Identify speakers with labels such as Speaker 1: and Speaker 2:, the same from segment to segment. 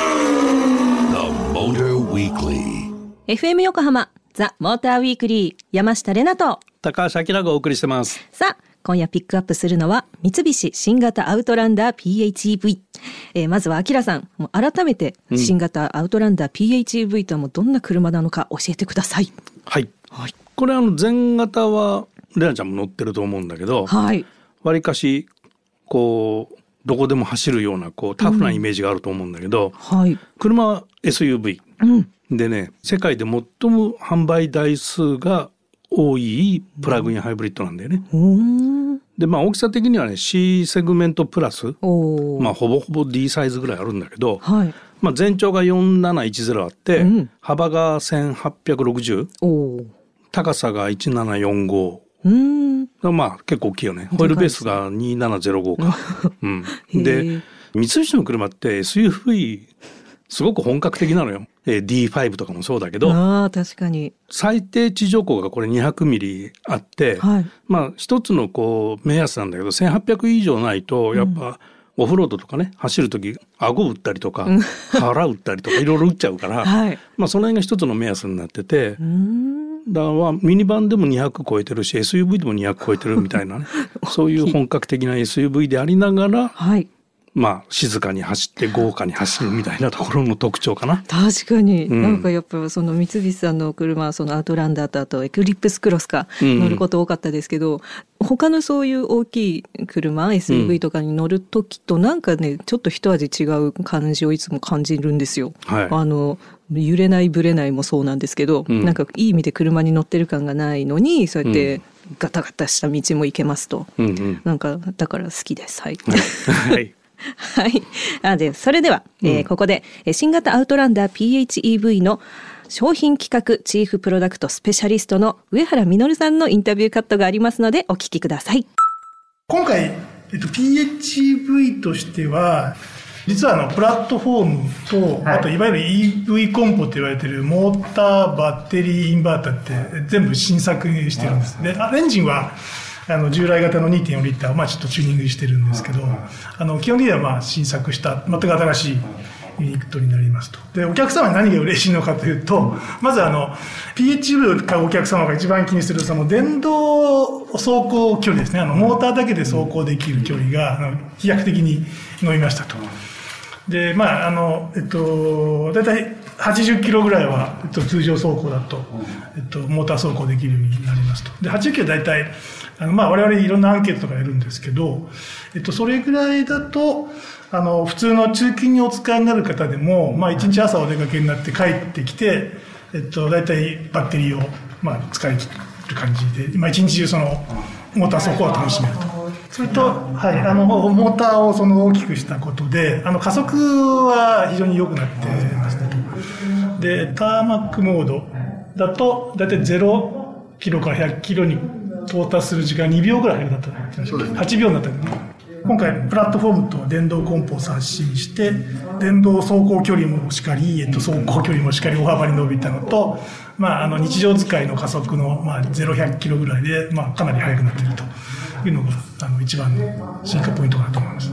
Speaker 1: The Motor Weekly.
Speaker 2: FM 横浜ザ・モーターウィークリー山下れなと
Speaker 3: 高橋明がお送りしてます。
Speaker 2: さあ今夜ピックアップするのは三菱新型アウトランダー PHEV、えーまずはあきらさんもう改めて新型アウトランダー PHEV とはもうどんな車なのか教えてください、
Speaker 3: はい。これあの前型はレナちゃんも乗ってると思うんだけど、
Speaker 2: はい
Speaker 3: わりかしこうどこでも走るようなこうタフなイメージがあると思うんだけど、
Speaker 2: はい
Speaker 3: 車は SUV
Speaker 2: うん
Speaker 3: でね、世界で最も販売台数が多いプラグインハイブリッドなんだよね。
Speaker 2: うーん
Speaker 3: で、まあ大きさ的にはね、C セグメントプラス、
Speaker 2: おー
Speaker 3: まあほぼほぼ D サイズぐらいあるんだけど、
Speaker 2: はい
Speaker 3: まあ全長が4710あって、
Speaker 2: うん
Speaker 3: 幅が1860、
Speaker 2: おお
Speaker 3: 高さが1745。
Speaker 2: うーん
Speaker 3: まあ結構大きいよね。ホイールベースが2705か。 うん、
Speaker 2: へ
Speaker 3: で
Speaker 2: え
Speaker 3: 三菱の車って SUV すごく本格的なのよ。えー D5 とかもそうだけど
Speaker 2: あー確かに
Speaker 3: 最低地上高がこれ200ミリあって、
Speaker 2: はい
Speaker 3: まあ一つのこう目安なんだけど1800以上ないとやっぱ、オフロードとかね走る時顎打ったりとか腹打ったりとかいろいろ打っちゃう から、
Speaker 2: はい
Speaker 3: まあその辺が一つの目安になってて
Speaker 2: うーん
Speaker 3: だからミニバンでも200超えてるし SUV でも200超えてるみた いなねそういう本格的な SUV でありながら
Speaker 2: はい
Speaker 3: まあ静かに走って豪華に走るみたいなところの特徴かな。
Speaker 2: 確かに、
Speaker 3: うん
Speaker 2: なんかやっぱその三菱さんの車そのアウトランダーとあとエクリプスクロスか
Speaker 3: うんうん
Speaker 2: 乗ること多かったですけど、他のそういう大きい車 SUV とかに乗る時となんかねちょっと一味違う感じをいつも感じるんですよ。
Speaker 3: はい
Speaker 2: あの揺れないブレないもそうなんですけど、
Speaker 3: うん
Speaker 2: なんかいい意味で車に乗ってる感がないのにそうやっ
Speaker 3: う
Speaker 2: てガタガタした道も行けますと、
Speaker 3: うん うん
Speaker 2: なんかだから好きですはい。
Speaker 3: はい、
Speaker 2: はい。あでそれでは、えー
Speaker 3: うん
Speaker 2: ここでえー新型アウトランダー PHEV の商品企画チーフプロダクトスペシャリストの上原実さんのインタビューカットがありますのでお聞きください。
Speaker 4: 今回、えっと、PHEV としては実はあのプラットフォームと、あといわゆる EV コンポと言われているモーターバッテリーインバーターって全部新作にしてるんです、であエンジンはあの従来型の2.4リッターをまあちょっとチューニングしてるんですけど、あの基本的にはまあ新作した全く新しいユニットになりますと。で、お客様に何が嬉しいのかというと、まずあの、PHEV を買うお客様が一番気にする、その電動走行距離ですね。あの、モーターだけで走行できる距離が、あの飛躍的に伸びましたと。で、まあ、あの、えっと、だいたい80キロぐらいは、えっと、通常走行だと、えっと、モーター走行できるようになりますと。で、80キロだいたい、あの、まあ、我々いろんなアンケートとかやるんですけど、えっと、それぐらいだと、あの、普通の通勤にお使いになる方でも、まあ、1日朝お出かけになって帰ってきて、えっと、だいたいバッテリーを、まあ、使い切る感じで、まあ、一日中その、モーター走行を楽しめると。それと、はい、あのモーターをその大きくしたことであの加速は非常に良くなってますねでターマックモードだと大体0キロから100キロに到達する時間2秒ぐらい早くなったそうです、8秒になったよね今回プラットフォームと電動コンポを刷新して電動走行距離もしっかり、えっと、走行距離もしっかり大幅に伸びたのと、まあ、あの日常使いの加速の、まあ、0100キロぐらいで、まあ、かなり速くなっているというのがあの一番の進化ポイントかなと思います。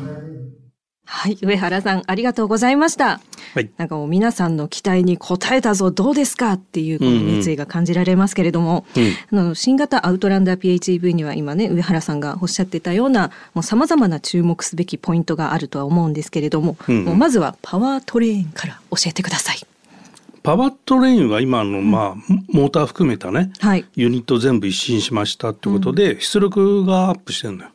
Speaker 2: はい、上原さんありがとうございました。
Speaker 3: はい
Speaker 2: なんかもう皆さんの期待に応えたぞどうですかっていうこの熱意が感じられますけれども、あの新型アウトランダー PHEV には今ね上原さんがおっしゃってたようなもうさまざまな注目すべきポイントがあるとは思うんですけれども、
Speaker 3: うんうん
Speaker 2: もうまずはパワートレインから教えてください。
Speaker 3: パワートレインは今の、まあ、モーター含めたね、
Speaker 2: はい
Speaker 3: ユニット全部一新しましたってことで、出力がアップしてるのよ。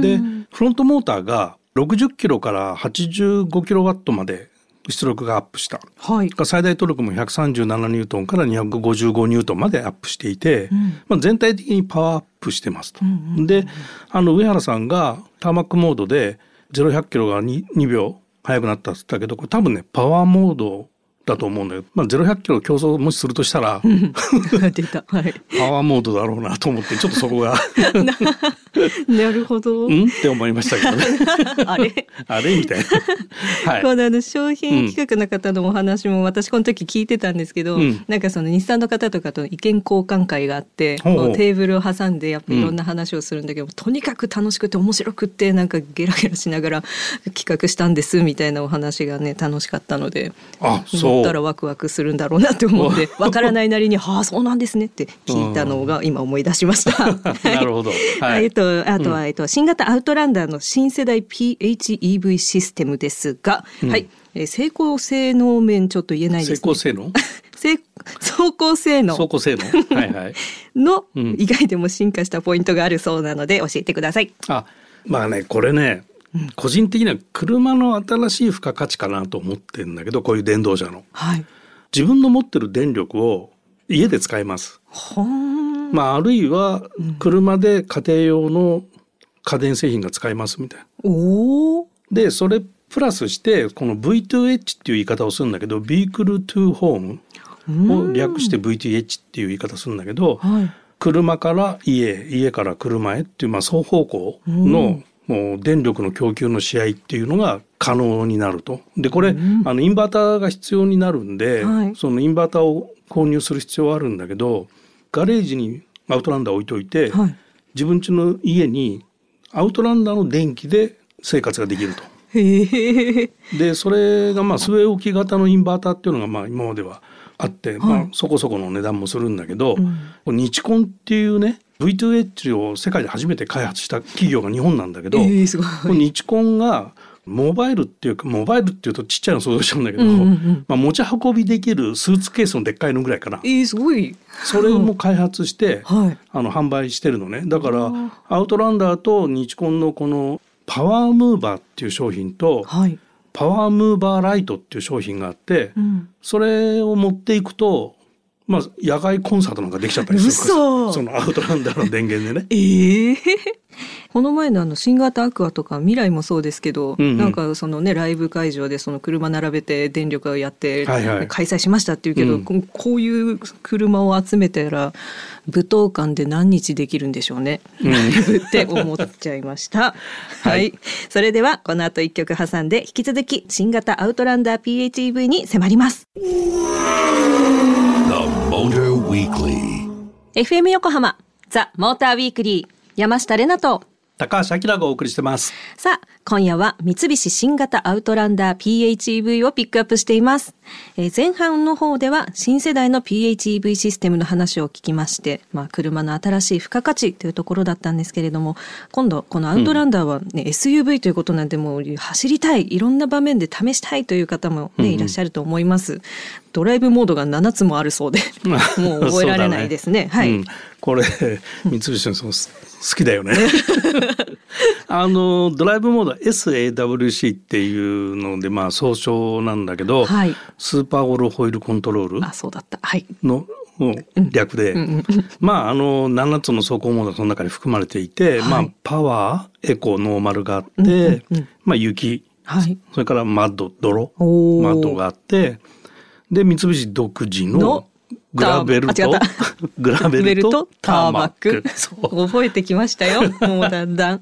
Speaker 3: でフロントモーターが60キロから85キロワットまで出力がアップした。
Speaker 2: はい。
Speaker 3: 最大トルクも137ニュートンから255ニュートンまでアップしていて、まあ、全体的にパワーアップしてますと。であの上原さんがターマックモードで0100キロが 2, 2秒速くなったって言ったけどこれ多分ねパワーモードだと思うんだけど、まあ、0 1 0キロ競争をもしするとしたら、
Speaker 2: 出た。はい。
Speaker 3: パワーモードだろうなと思って、ちょっとそこが、
Speaker 2: なるほど。
Speaker 3: うんって思いましたけど ね。
Speaker 2: あれ
Speaker 3: あれみたいな。はい。
Speaker 2: このあの商品企画の方のお話も私この時聞いてたんですけど、
Speaker 3: うん
Speaker 2: なんかその日産の方とかと意見交換会があって、
Speaker 3: ほうほう
Speaker 2: こうテーブルを挟んでやっぱいろんな話をするんだけど、とにかく楽しくて面白くってなんかゲラゲラしながら企画したんですみたいなお話がね楽しかったので
Speaker 3: あそう
Speaker 2: 思ったらワクワクするんだろうなって思 ってわからないなりに 「はあそうなんですね」って聞いたのが今思い出しました。
Speaker 3: なるほど。は
Speaker 2: はい、 えっ
Speaker 3: い。
Speaker 2: と、あとは、えっと、新型アウトランダーの新世代 PHEV システムですが、はい、えー成功性能面ちょっと言えないです、ね。
Speaker 3: 成功性能
Speaker 2: 成走行性能
Speaker 3: 走行性能はいはい。
Speaker 2: の
Speaker 3: ん
Speaker 2: 以外でも進化したポイントがあるそうなので教えてください。
Speaker 3: あまあねこれね、個人的には車の新しい付加価値かなと思ってんだけどこういう電動車の
Speaker 2: はい。
Speaker 3: 自分の持ってる電力を家で使います、
Speaker 2: ほーん。
Speaker 3: まあ、あるいは車で家庭用の家電製品が使えますみたいな。
Speaker 2: おお。
Speaker 3: でそれプラスしてこの V2H っていう言い方をするんだけどビークルトゥホームを略して VTH っていう言い方するんだけど、
Speaker 2: はい。
Speaker 3: 車から家家から車へっていう、まあ、双方向の、もう電力の供給の試合っていうのが可能になると。でこれ、あのインバーターが必要になるんで、
Speaker 2: はい
Speaker 3: そのインバーターを購入する必要はあるんだけどガレージにアウトランダー置いといて、
Speaker 2: はい
Speaker 3: 自分家の家にアウトランダーの電気で生活ができると。
Speaker 2: へえ。
Speaker 3: でそれがまあ据え置き型のインバーターっていうのがまあ今まではあって、まあ、そこそこの値段もするんだけど、ニチコンっていうね V2H を世界で初めて開発した企業が日本なんだけど、
Speaker 2: ええすごい。
Speaker 3: このニチコンがモバイルっていうかモバイルっていうとちっちゃいの想像しちゃうんだけど、
Speaker 2: うんうんうん
Speaker 3: まあ、持ち運びできるスーツケースのでっかいのぐらいかな
Speaker 2: ええすごい。
Speaker 3: それも開発して、
Speaker 2: はい
Speaker 3: あの販売してるのねだからアウトランダーとニチコンのこのパワームーバーっていう商品と、
Speaker 2: はい。
Speaker 3: パワームーバーライトっていう商品があって、
Speaker 2: うん。
Speaker 3: それを持っていくと、まあ、野外コンサートなんかできちゃったりする
Speaker 2: 嘘。
Speaker 3: そのアウトランダーの電源でね
Speaker 2: ええ この前のあの新型アクアとか未来もそうですけど、
Speaker 3: うんうん
Speaker 2: なんかそのねライブ会場でその車並べて電力をやって
Speaker 3: はいはい
Speaker 2: 開催しましたっていうけど、
Speaker 3: うん
Speaker 2: ここういう車を集めたら舞踏館で何日できるんでしょうね、ライブって思っちゃいま した。はい、それではこの後一曲挟んで引き続き新型アウトランダー PHEV に迫ります。
Speaker 1: The Motor Weekly.
Speaker 2: FM 横浜ザモーターウィークリー山下れなと
Speaker 3: 高橋明がお送りしてます。
Speaker 2: さあ、今夜は三菱新型アウトランダー PHEV をピックアップしています。えー前半の方では新世代の PHEV システムの話を聞きまして、まあ、車の新しい付加価値というところだったんですけれども、今度このアウトランダーは、ね SUV ということなんで、もう走りたい、いろんな場面で試したいという方も、ねいらっしゃると思います。ドライブモードが7つもあるそうで、 もう覚えられないですね。
Speaker 3: そうだ
Speaker 2: はい、
Speaker 3: うんこれ、三菱のそのす好きだよね。 あの、ドライブモードは SAWC っていうので、まあ、総称なんだけど、
Speaker 2: はい
Speaker 3: スーパーオールホイールコントロール。
Speaker 2: あ、そうだった。はい。
Speaker 3: のもう略で、まああの7つの走行モードがその中に含まれていて、
Speaker 2: はい
Speaker 3: まあパワーエコノーマルがあって、まあ雪
Speaker 2: はい。
Speaker 3: それからマッド泥
Speaker 2: おー
Speaker 3: マッドがあってで三菱独自
Speaker 2: の
Speaker 3: のグラベル
Speaker 2: ターあ
Speaker 3: と
Speaker 2: 違った
Speaker 3: グラベルとターマックそう
Speaker 2: そう覚えてきました よ。もうだんだん。
Speaker 3: っ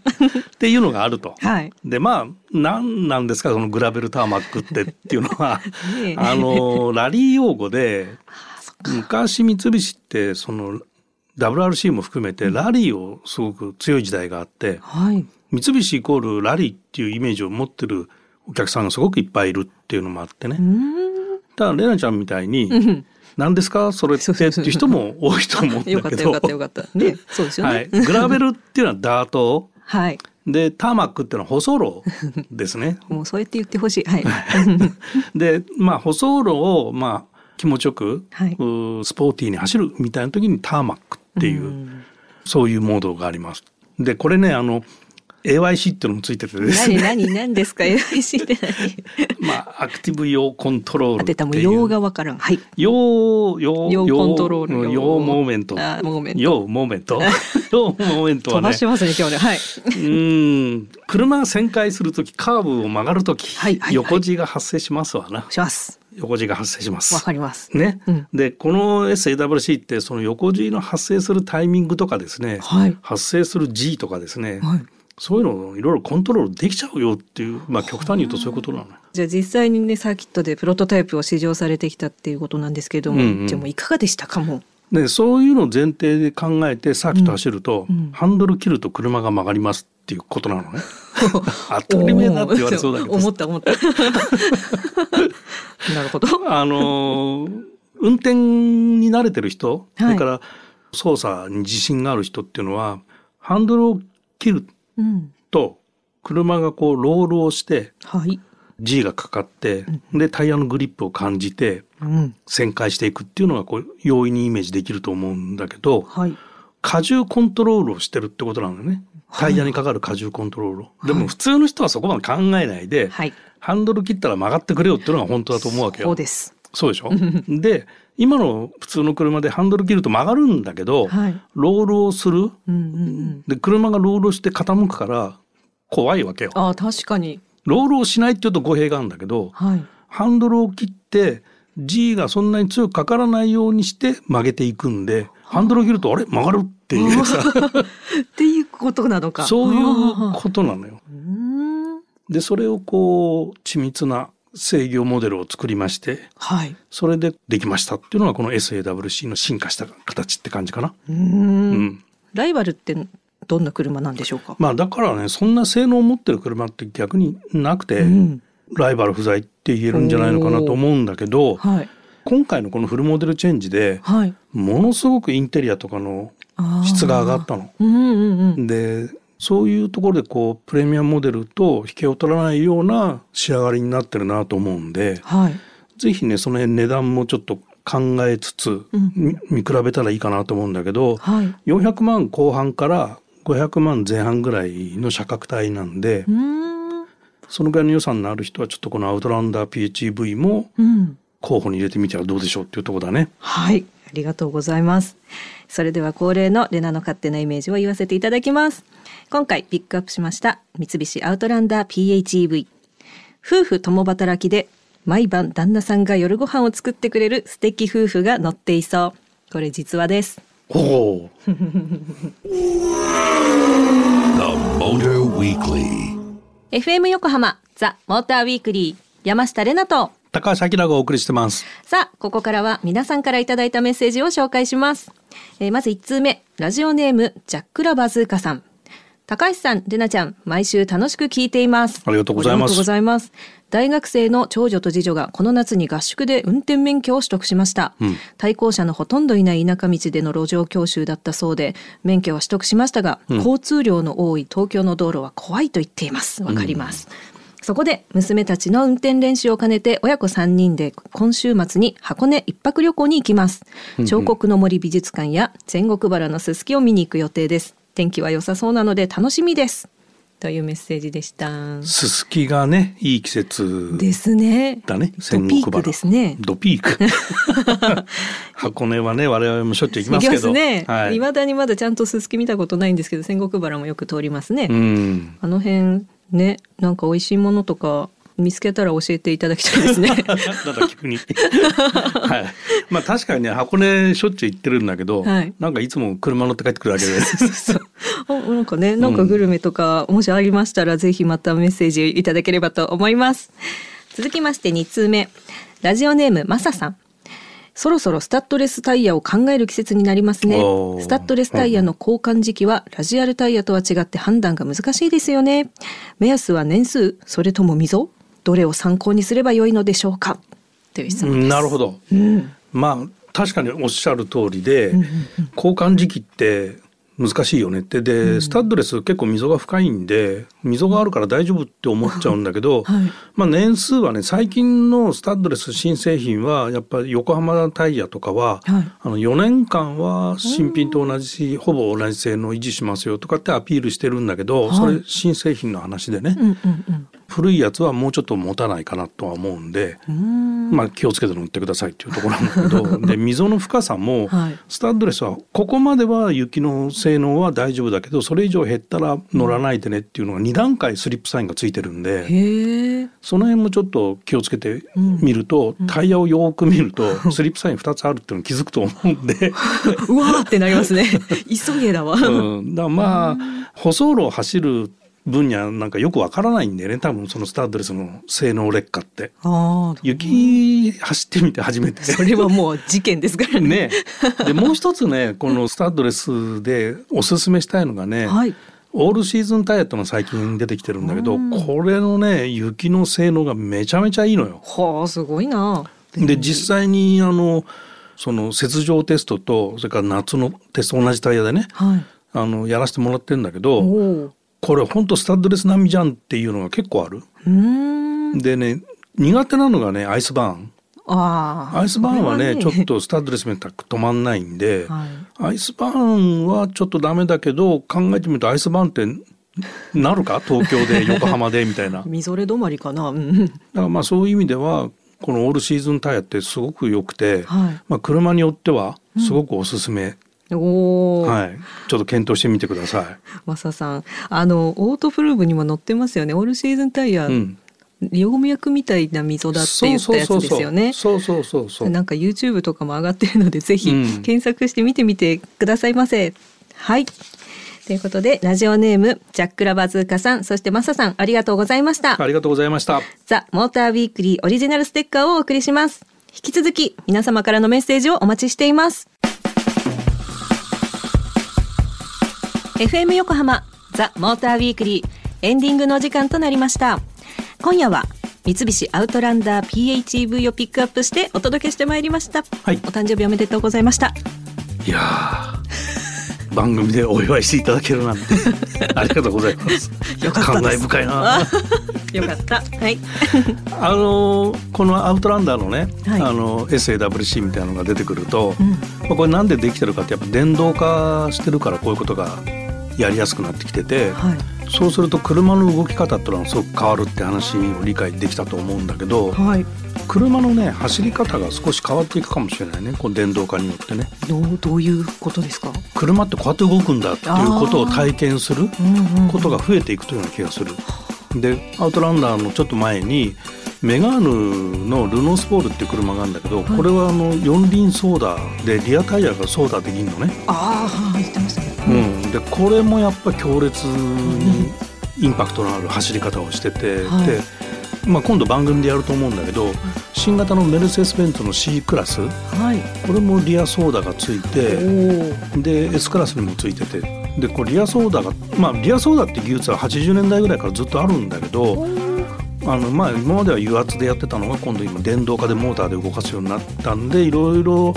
Speaker 3: ていうのがあると。
Speaker 2: はい
Speaker 3: でまあ何なんですかそのグラベルターマックってっていうの は
Speaker 2: ねえ
Speaker 3: あのラリー用語で
Speaker 2: あそっか
Speaker 3: 昔三菱ってその WRC も含めてラリーをすごく強い時代があって
Speaker 2: はい。
Speaker 3: 三菱イコールラリーっていうイメージを持ってるお客さんがすごくいっぱいいるっていうのもあってね。ただレナちゃんみたいに何ですかそれってっていう人も多いと思うんだけど
Speaker 2: よかったよかったよかった。ね、そうですよ
Speaker 3: は
Speaker 2: ね。
Speaker 3: い、グラベルっていうのはダート
Speaker 2: はい。
Speaker 3: でターマックっていうのは舗装 路ですね。
Speaker 2: もうそうやって言ってほしい。はい。
Speaker 3: で、まあ、舗装路を、まあ、気持ちよく、
Speaker 2: はいう
Speaker 3: ースポーティーに走るみたいな時にターマックっていう、そういうモードがあります。で、これね、あの、AYC っていうのもついててです
Speaker 2: 何
Speaker 3: ね。
Speaker 2: 何何ですか ?LIC って何
Speaker 3: まあ、アクティブ用コントロール
Speaker 2: 当
Speaker 3: ってい
Speaker 2: てた
Speaker 3: う。
Speaker 2: もう用がわからん。はい。
Speaker 3: 用、用、
Speaker 2: 用コントロール
Speaker 3: 用
Speaker 2: 用
Speaker 3: 用モーメント。
Speaker 2: あモーメント
Speaker 3: 用モーメン ト。用モーメントは
Speaker 2: 飛
Speaker 3: ね
Speaker 2: ば。しますね、今日ね。はい。
Speaker 3: うん。車が旋回するとき、カーブを曲がるとき、
Speaker 2: はいはいはい
Speaker 3: 横地が発生しますわな。
Speaker 2: します。
Speaker 3: 横地が発生します。
Speaker 2: わかります。
Speaker 3: ね
Speaker 2: うん
Speaker 3: でこの SAWC ってその横 G の発生するタイミングとかですね、
Speaker 2: はい
Speaker 3: 発生する G とかですね、
Speaker 2: はい。
Speaker 3: そういうのをいろいろコントロールできちゃうよっていうまあ極端に言うとそういうことなのよ。
Speaker 2: じゃあ実際にねサーキットでプロトタイプを試乗されてきたっていうことなんですけれども、
Speaker 3: うんうん
Speaker 2: じゃあもういかがでしたかも。
Speaker 3: でそういうのを前提で考えてサーキット走ると、
Speaker 2: うんうん
Speaker 3: ハンドル切ると車が曲がりますっていうことなの ね。当たり前だって言われそうだけど
Speaker 2: 思った思 った。なるほど。
Speaker 3: あのー運転に慣れてる人、
Speaker 2: はい
Speaker 3: それから操作に自信がある人っていうのはハンドルを切る
Speaker 2: うん。
Speaker 3: と車がこうロールをして
Speaker 2: はい。
Speaker 3: G がかかって、でタイヤのグリップを感じて
Speaker 2: うん。
Speaker 3: 旋回していくっていうのがこう容易にイメージできると思うんだけど
Speaker 2: はい。
Speaker 3: 荷重コントロールをしてるってことなんだよね
Speaker 2: は
Speaker 3: タ
Speaker 2: い
Speaker 3: イヤにかかる荷重コントロールを、でも普通の人はそこまで考えないで、
Speaker 2: はい。
Speaker 3: ハンドル切ったら曲がってくれよっていうのが本当だと思うわけよ。
Speaker 2: そうです。
Speaker 3: そうでしょで今の普通の車でハンドル切ると曲がるんだけど、
Speaker 2: はい。
Speaker 3: ロールをする
Speaker 2: うんうんうん。
Speaker 3: で車がロールして傾くから怖いわけよ。
Speaker 2: ああ確かに。
Speaker 3: ロールをしないっていうと語弊があるんだけど
Speaker 2: はい。
Speaker 3: ハンドルを切って G がそんなに強くかからないようにして曲げていくんでハンドルを切るとあれ曲がるっ ていうさ
Speaker 2: っていうことなのか。
Speaker 3: そういう
Speaker 2: ああ
Speaker 3: ことなのよ。
Speaker 2: うーん。
Speaker 3: でそれをこう緻密な制御モデルを作りまして
Speaker 2: はい。
Speaker 3: それでできましたっていうのがこの SAWC の進化した形って感じかな。
Speaker 2: うーん,、
Speaker 3: うん
Speaker 2: ライバルってどんな車なんでしょうか。
Speaker 3: まあだからねそんな性能を持ってる車って逆になくて、
Speaker 2: うん。
Speaker 3: ライバル不在って言えるんじゃないのかなと思うんだけど
Speaker 2: はい。
Speaker 3: 今回のこのフルモデルチェンジで
Speaker 2: はい。
Speaker 3: ものすごくインテリアとかの
Speaker 2: ああ
Speaker 3: 質が上がったの。
Speaker 2: うんうんうん。
Speaker 3: でそういうところでこうプレミアムモデルと引けを取らないような仕上がりになってるなと思うんで
Speaker 2: はい。
Speaker 3: ぜひねその辺値段もちょっと考えつつ、
Speaker 2: うん
Speaker 3: み見比べたらいいかなと思うんだけど、
Speaker 2: はい。
Speaker 3: 400万後半から500万前半ぐらいの車格帯なんで、
Speaker 2: うーん。
Speaker 3: そのぐらいの予算のある人はちょっとこのアウトランダー PHEV も
Speaker 2: うん。
Speaker 3: 候補に入れてみてはどうでしょうっていうところだね。
Speaker 2: はい。ありがとうございます。それでは恒例のレナの勝手なイメージを言わせていただきます。今回ピックアップしました三菱アウトランダー PHEV。夫婦共働きで毎晩旦那さんが夜ご飯を作ってくれる素敵夫婦が乗っていそう。これ実話です。
Speaker 3: おお
Speaker 1: The Motor Weekly.
Speaker 2: FM 横浜ザ・モーターウィークリー山下れなと
Speaker 3: 高橋明がお送りしてます。
Speaker 2: さあここからは皆さんからいただいたメッセージを紹介します、えーまず1通目ラジオネームジャックラバズーカさん高橋さんれなちゃん毎週楽しく聞いています
Speaker 3: ありがとうござい
Speaker 2: あ
Speaker 3: ます
Speaker 2: りがとうございます大学生の長女と次女がこの夏に合宿で運転免許を取得しました、
Speaker 3: ん
Speaker 2: 対向車のほとんどいない田舎道での路上教習だったそうで免許は取得しましたが、交通量の多い東京の道路は怖いと言っていますわかります、そこで娘たちの運転練習を兼ねて親子3人で今週末に箱根一泊旅行に行きます彫刻の森美術館や仙石原のすすきを見に行く予定です天気は良さそうなので楽しみですというメッセージでした
Speaker 3: すすきがねいい季節
Speaker 2: ですね
Speaker 3: だね。
Speaker 2: ドピ
Speaker 3: 戦国
Speaker 2: ー
Speaker 3: 花
Speaker 2: クです ね
Speaker 3: ドピ ーク。箱根はね我々もしょっちゅう行きますけど。
Speaker 2: 行ね、、
Speaker 3: はいい。
Speaker 2: まだにまだちゃんとすすき見たことないんですけど仙石原もよく通りますね、
Speaker 3: うん。
Speaker 2: あの辺ねなんか美味しいものとか見つけたら教えていただきたい ですね
Speaker 3: なんだ急 に。はい。まあ確かにね箱根しょっちゅう行ってるんだけど、
Speaker 2: はい
Speaker 3: なんかいつも車乗って帰ってくるだけで。
Speaker 2: そうそうおなんかねなんかグルメとか、もしありましたらぜひまたメッセージいただければと思います続きまして2通目ラジオネームマサさんそろそろスタッドレスタイヤを考える季節になりますね
Speaker 3: おー
Speaker 2: スタッドレスタイヤの交換時期はラジアルタイヤとは違って判断が難しいですよね目安は年数それとも溝どれを参考にすれば良いのでしょうかという質問です
Speaker 3: なるほど、まあ確かにおっしゃる通りで、交換時期って難しいよねってで、スタッドレス結構溝が深いんで溝があるから大丈夫って思っちゃうんだけど、
Speaker 2: はい
Speaker 3: まあ、年数はね最近のスタッドレス新製品はやっぱり横浜タイヤとかは、
Speaker 2: はい
Speaker 3: あの4年間は新品と同じしほぼ同じ性能を維持しますよとかってアピールしてるんだけど、
Speaker 2: はい
Speaker 3: それ新製品の話でね、
Speaker 2: うんうんうん
Speaker 3: 古いやつはもうちょっと持たないかなとは思うんで、まあ、気をつけて乗ってくださいっていうところなんだけど で溝の深さも、
Speaker 2: はい
Speaker 3: スタッドレスはここまでは雪の性能は大丈夫だけどそれ以上減ったら乗らないでねっていうのが2段階スリップサインがついてるんで。
Speaker 2: へえ。
Speaker 3: その辺もちょっと気をつけてみると、タイヤをよーく見るとスリップサイン2つあるっていうのに気づくと思う んで、
Speaker 2: うわーってなりますね。 急げだわ。
Speaker 3: うん、だからまあ舗装路を走る分にはなんかよくわからないんでね多分そのスタッドレスの性能劣化って
Speaker 2: ああ。
Speaker 3: 雪走ってみて初めて
Speaker 2: それはもう事件ですからね。
Speaker 3: ねでもう一つねこのスタッドレスでおすすめしたいのがね、
Speaker 2: はい。
Speaker 3: オールシーズンタイヤってのが最近出てきてるんだけど、これのね雪の性能がめちゃめちゃいいのよ。
Speaker 2: はあすごいな。
Speaker 3: で実際にあのその雪上テストとそれから夏のテスト同じタイヤでね
Speaker 2: はい。
Speaker 3: あのやらせてもらってるんだけ
Speaker 2: お
Speaker 3: ど、
Speaker 2: お。
Speaker 3: これほんとスタッドレス並みじゃんっていうのが結構ある。
Speaker 2: うーん。
Speaker 3: でね苦手なのがねアイスバーン。
Speaker 2: ああ。
Speaker 3: アイスバーンはね
Speaker 2: これ
Speaker 3: ちょっとスタッドレスみたく止まんないんで、
Speaker 2: はい
Speaker 3: アイスバーンはちょっとダメだけど考えてみるとアイスバーンってなるか 東京で横浜でみたいな。だか
Speaker 2: みぞれ止まりかな。うん。
Speaker 3: らまあそういう意味ではこのオールシーズンタイヤってすごく良くて、
Speaker 2: はい
Speaker 3: まあ、車によってはすごくおすすめ、
Speaker 2: おお。
Speaker 3: はい、ちょっと検討してみてください。
Speaker 2: マサさん、あのオートプルーブにも載ってますよね。オールシーズンタイヤ、
Speaker 3: うん、
Speaker 2: 葉脈みたいな溝だって言ったやつですよね。
Speaker 3: そうそうそうそうそうそうそう
Speaker 2: なんか YouTube とかも上がってるのでぜひ
Speaker 3: うん
Speaker 2: 検索して見てみてくださいませ。はい。ということでラジオネームジャックラバズーカさんそしてマサさんありがとうございました。
Speaker 3: ありがとうございました。
Speaker 2: ザ・モーター・ウィークリーオリジナルステッカーをお送りします。引き続き皆様からのメッセージをお待ちしています。FM 横浜ザ・モーター・ウィークリーエンディングのお時間となりました。今夜は三菱アウトランダー PHEV をピックアップしてお届けしてまいりました。
Speaker 3: はい
Speaker 2: お誕生日おめでとうございました。
Speaker 3: いやー 番組でお祝いしていただける なんてありがとうございます。
Speaker 2: よかった
Speaker 3: 感
Speaker 2: で
Speaker 3: 慨
Speaker 2: す
Speaker 3: 深いな。
Speaker 2: よかった。はい。
Speaker 3: あのーこのアウトランダーのね、
Speaker 2: はい
Speaker 3: あの SAWC みたいなのが出てくると、まあこれなんでできてるかってやっぱ電動化してるからこういうことがやりやすくなってきてて、
Speaker 2: はい。
Speaker 3: そうすると車の動き方っていうのがすごく変わるって話を理解できたと思うんだけど、
Speaker 2: はい。
Speaker 3: 車のね走り方が少し変わっていくかもしれないねこの電動化によってね。
Speaker 2: どう、どういうことですか
Speaker 3: 車ってこうやって動くんだっていうことを体験する
Speaker 2: うんうん
Speaker 3: ことが増えていくというような気がする。でアウトランダーのちょっと前にメガーヌのルノースポールっていう車があるんだけど、これはあの四輪ソーダでリアタイヤがソーダできるのね、
Speaker 2: ああ、言ってましたね。
Speaker 3: うん、でこれもやっぱ強烈にインパクトのある走り方をしてて、
Speaker 2: はい
Speaker 3: でまあ、今度番組でやると思うんだけど新型のメルセデス・ベンツの C クラス
Speaker 2: はい。
Speaker 3: これもリアソーダがついて、
Speaker 2: おお。
Speaker 3: で S クラスにもついててでこれリアソーダがまあリアソーダって技術は80年代ぐらいからずっとあるんだけどあの、まあ、今までは油圧でやってたのが今度今電動化でモーターで動かすようになったんでいろいろ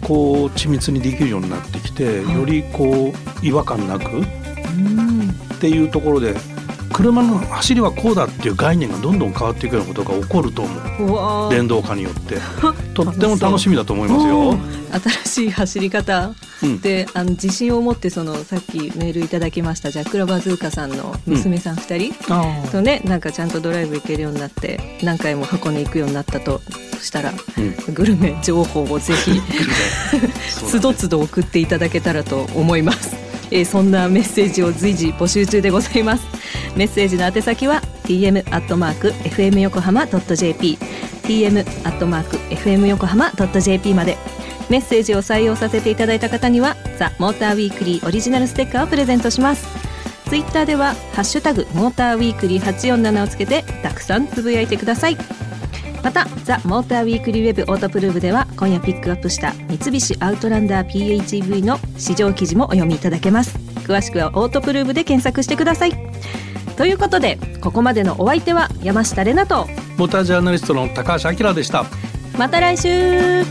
Speaker 3: こう緻密にできるようになってきてよりこう違和感なくっていうところで車の走りはこうだっていう概念がどんどん変わっていくようなことが起こると思う
Speaker 2: うわー
Speaker 3: 電動化によってとっても楽しみだと思いますよ。
Speaker 2: 新しい走り方で、あの自信を持ってそのさっきメールいただきましたジャック・ラバズーカさんの娘さん2人
Speaker 3: あ
Speaker 2: とね、なんかちゃんとドライブ行けるようになって何回も箱根行くようになったとしたら、
Speaker 3: う
Speaker 2: グルメ情報をぜひつどつど送っていただけたらと思います、えーそんなメッセージを随時募集中でございますメッセージの宛先は tm アットマーク fm 横浜 .jp tm アットマーク fm 横浜 .jp までメッセージを採用させていただいた方にはザ・モーターウィークリーオリジナルステッカーをプレゼントしますツイッターでは「ハッシュタグモーターウィークリー847」をつけてたくさんつぶやいてくださいまた「ザ・モーターウィークリーウェブオートプルーブ」では今夜ピックアップした三菱アウトランダー PHEV の試乗記事もお読みいただけます詳しくはオートプルーブで検索してくださいということでここまでのお相手は山下玲奈と
Speaker 3: モータージャーナリストの高橋明でした。
Speaker 2: また来週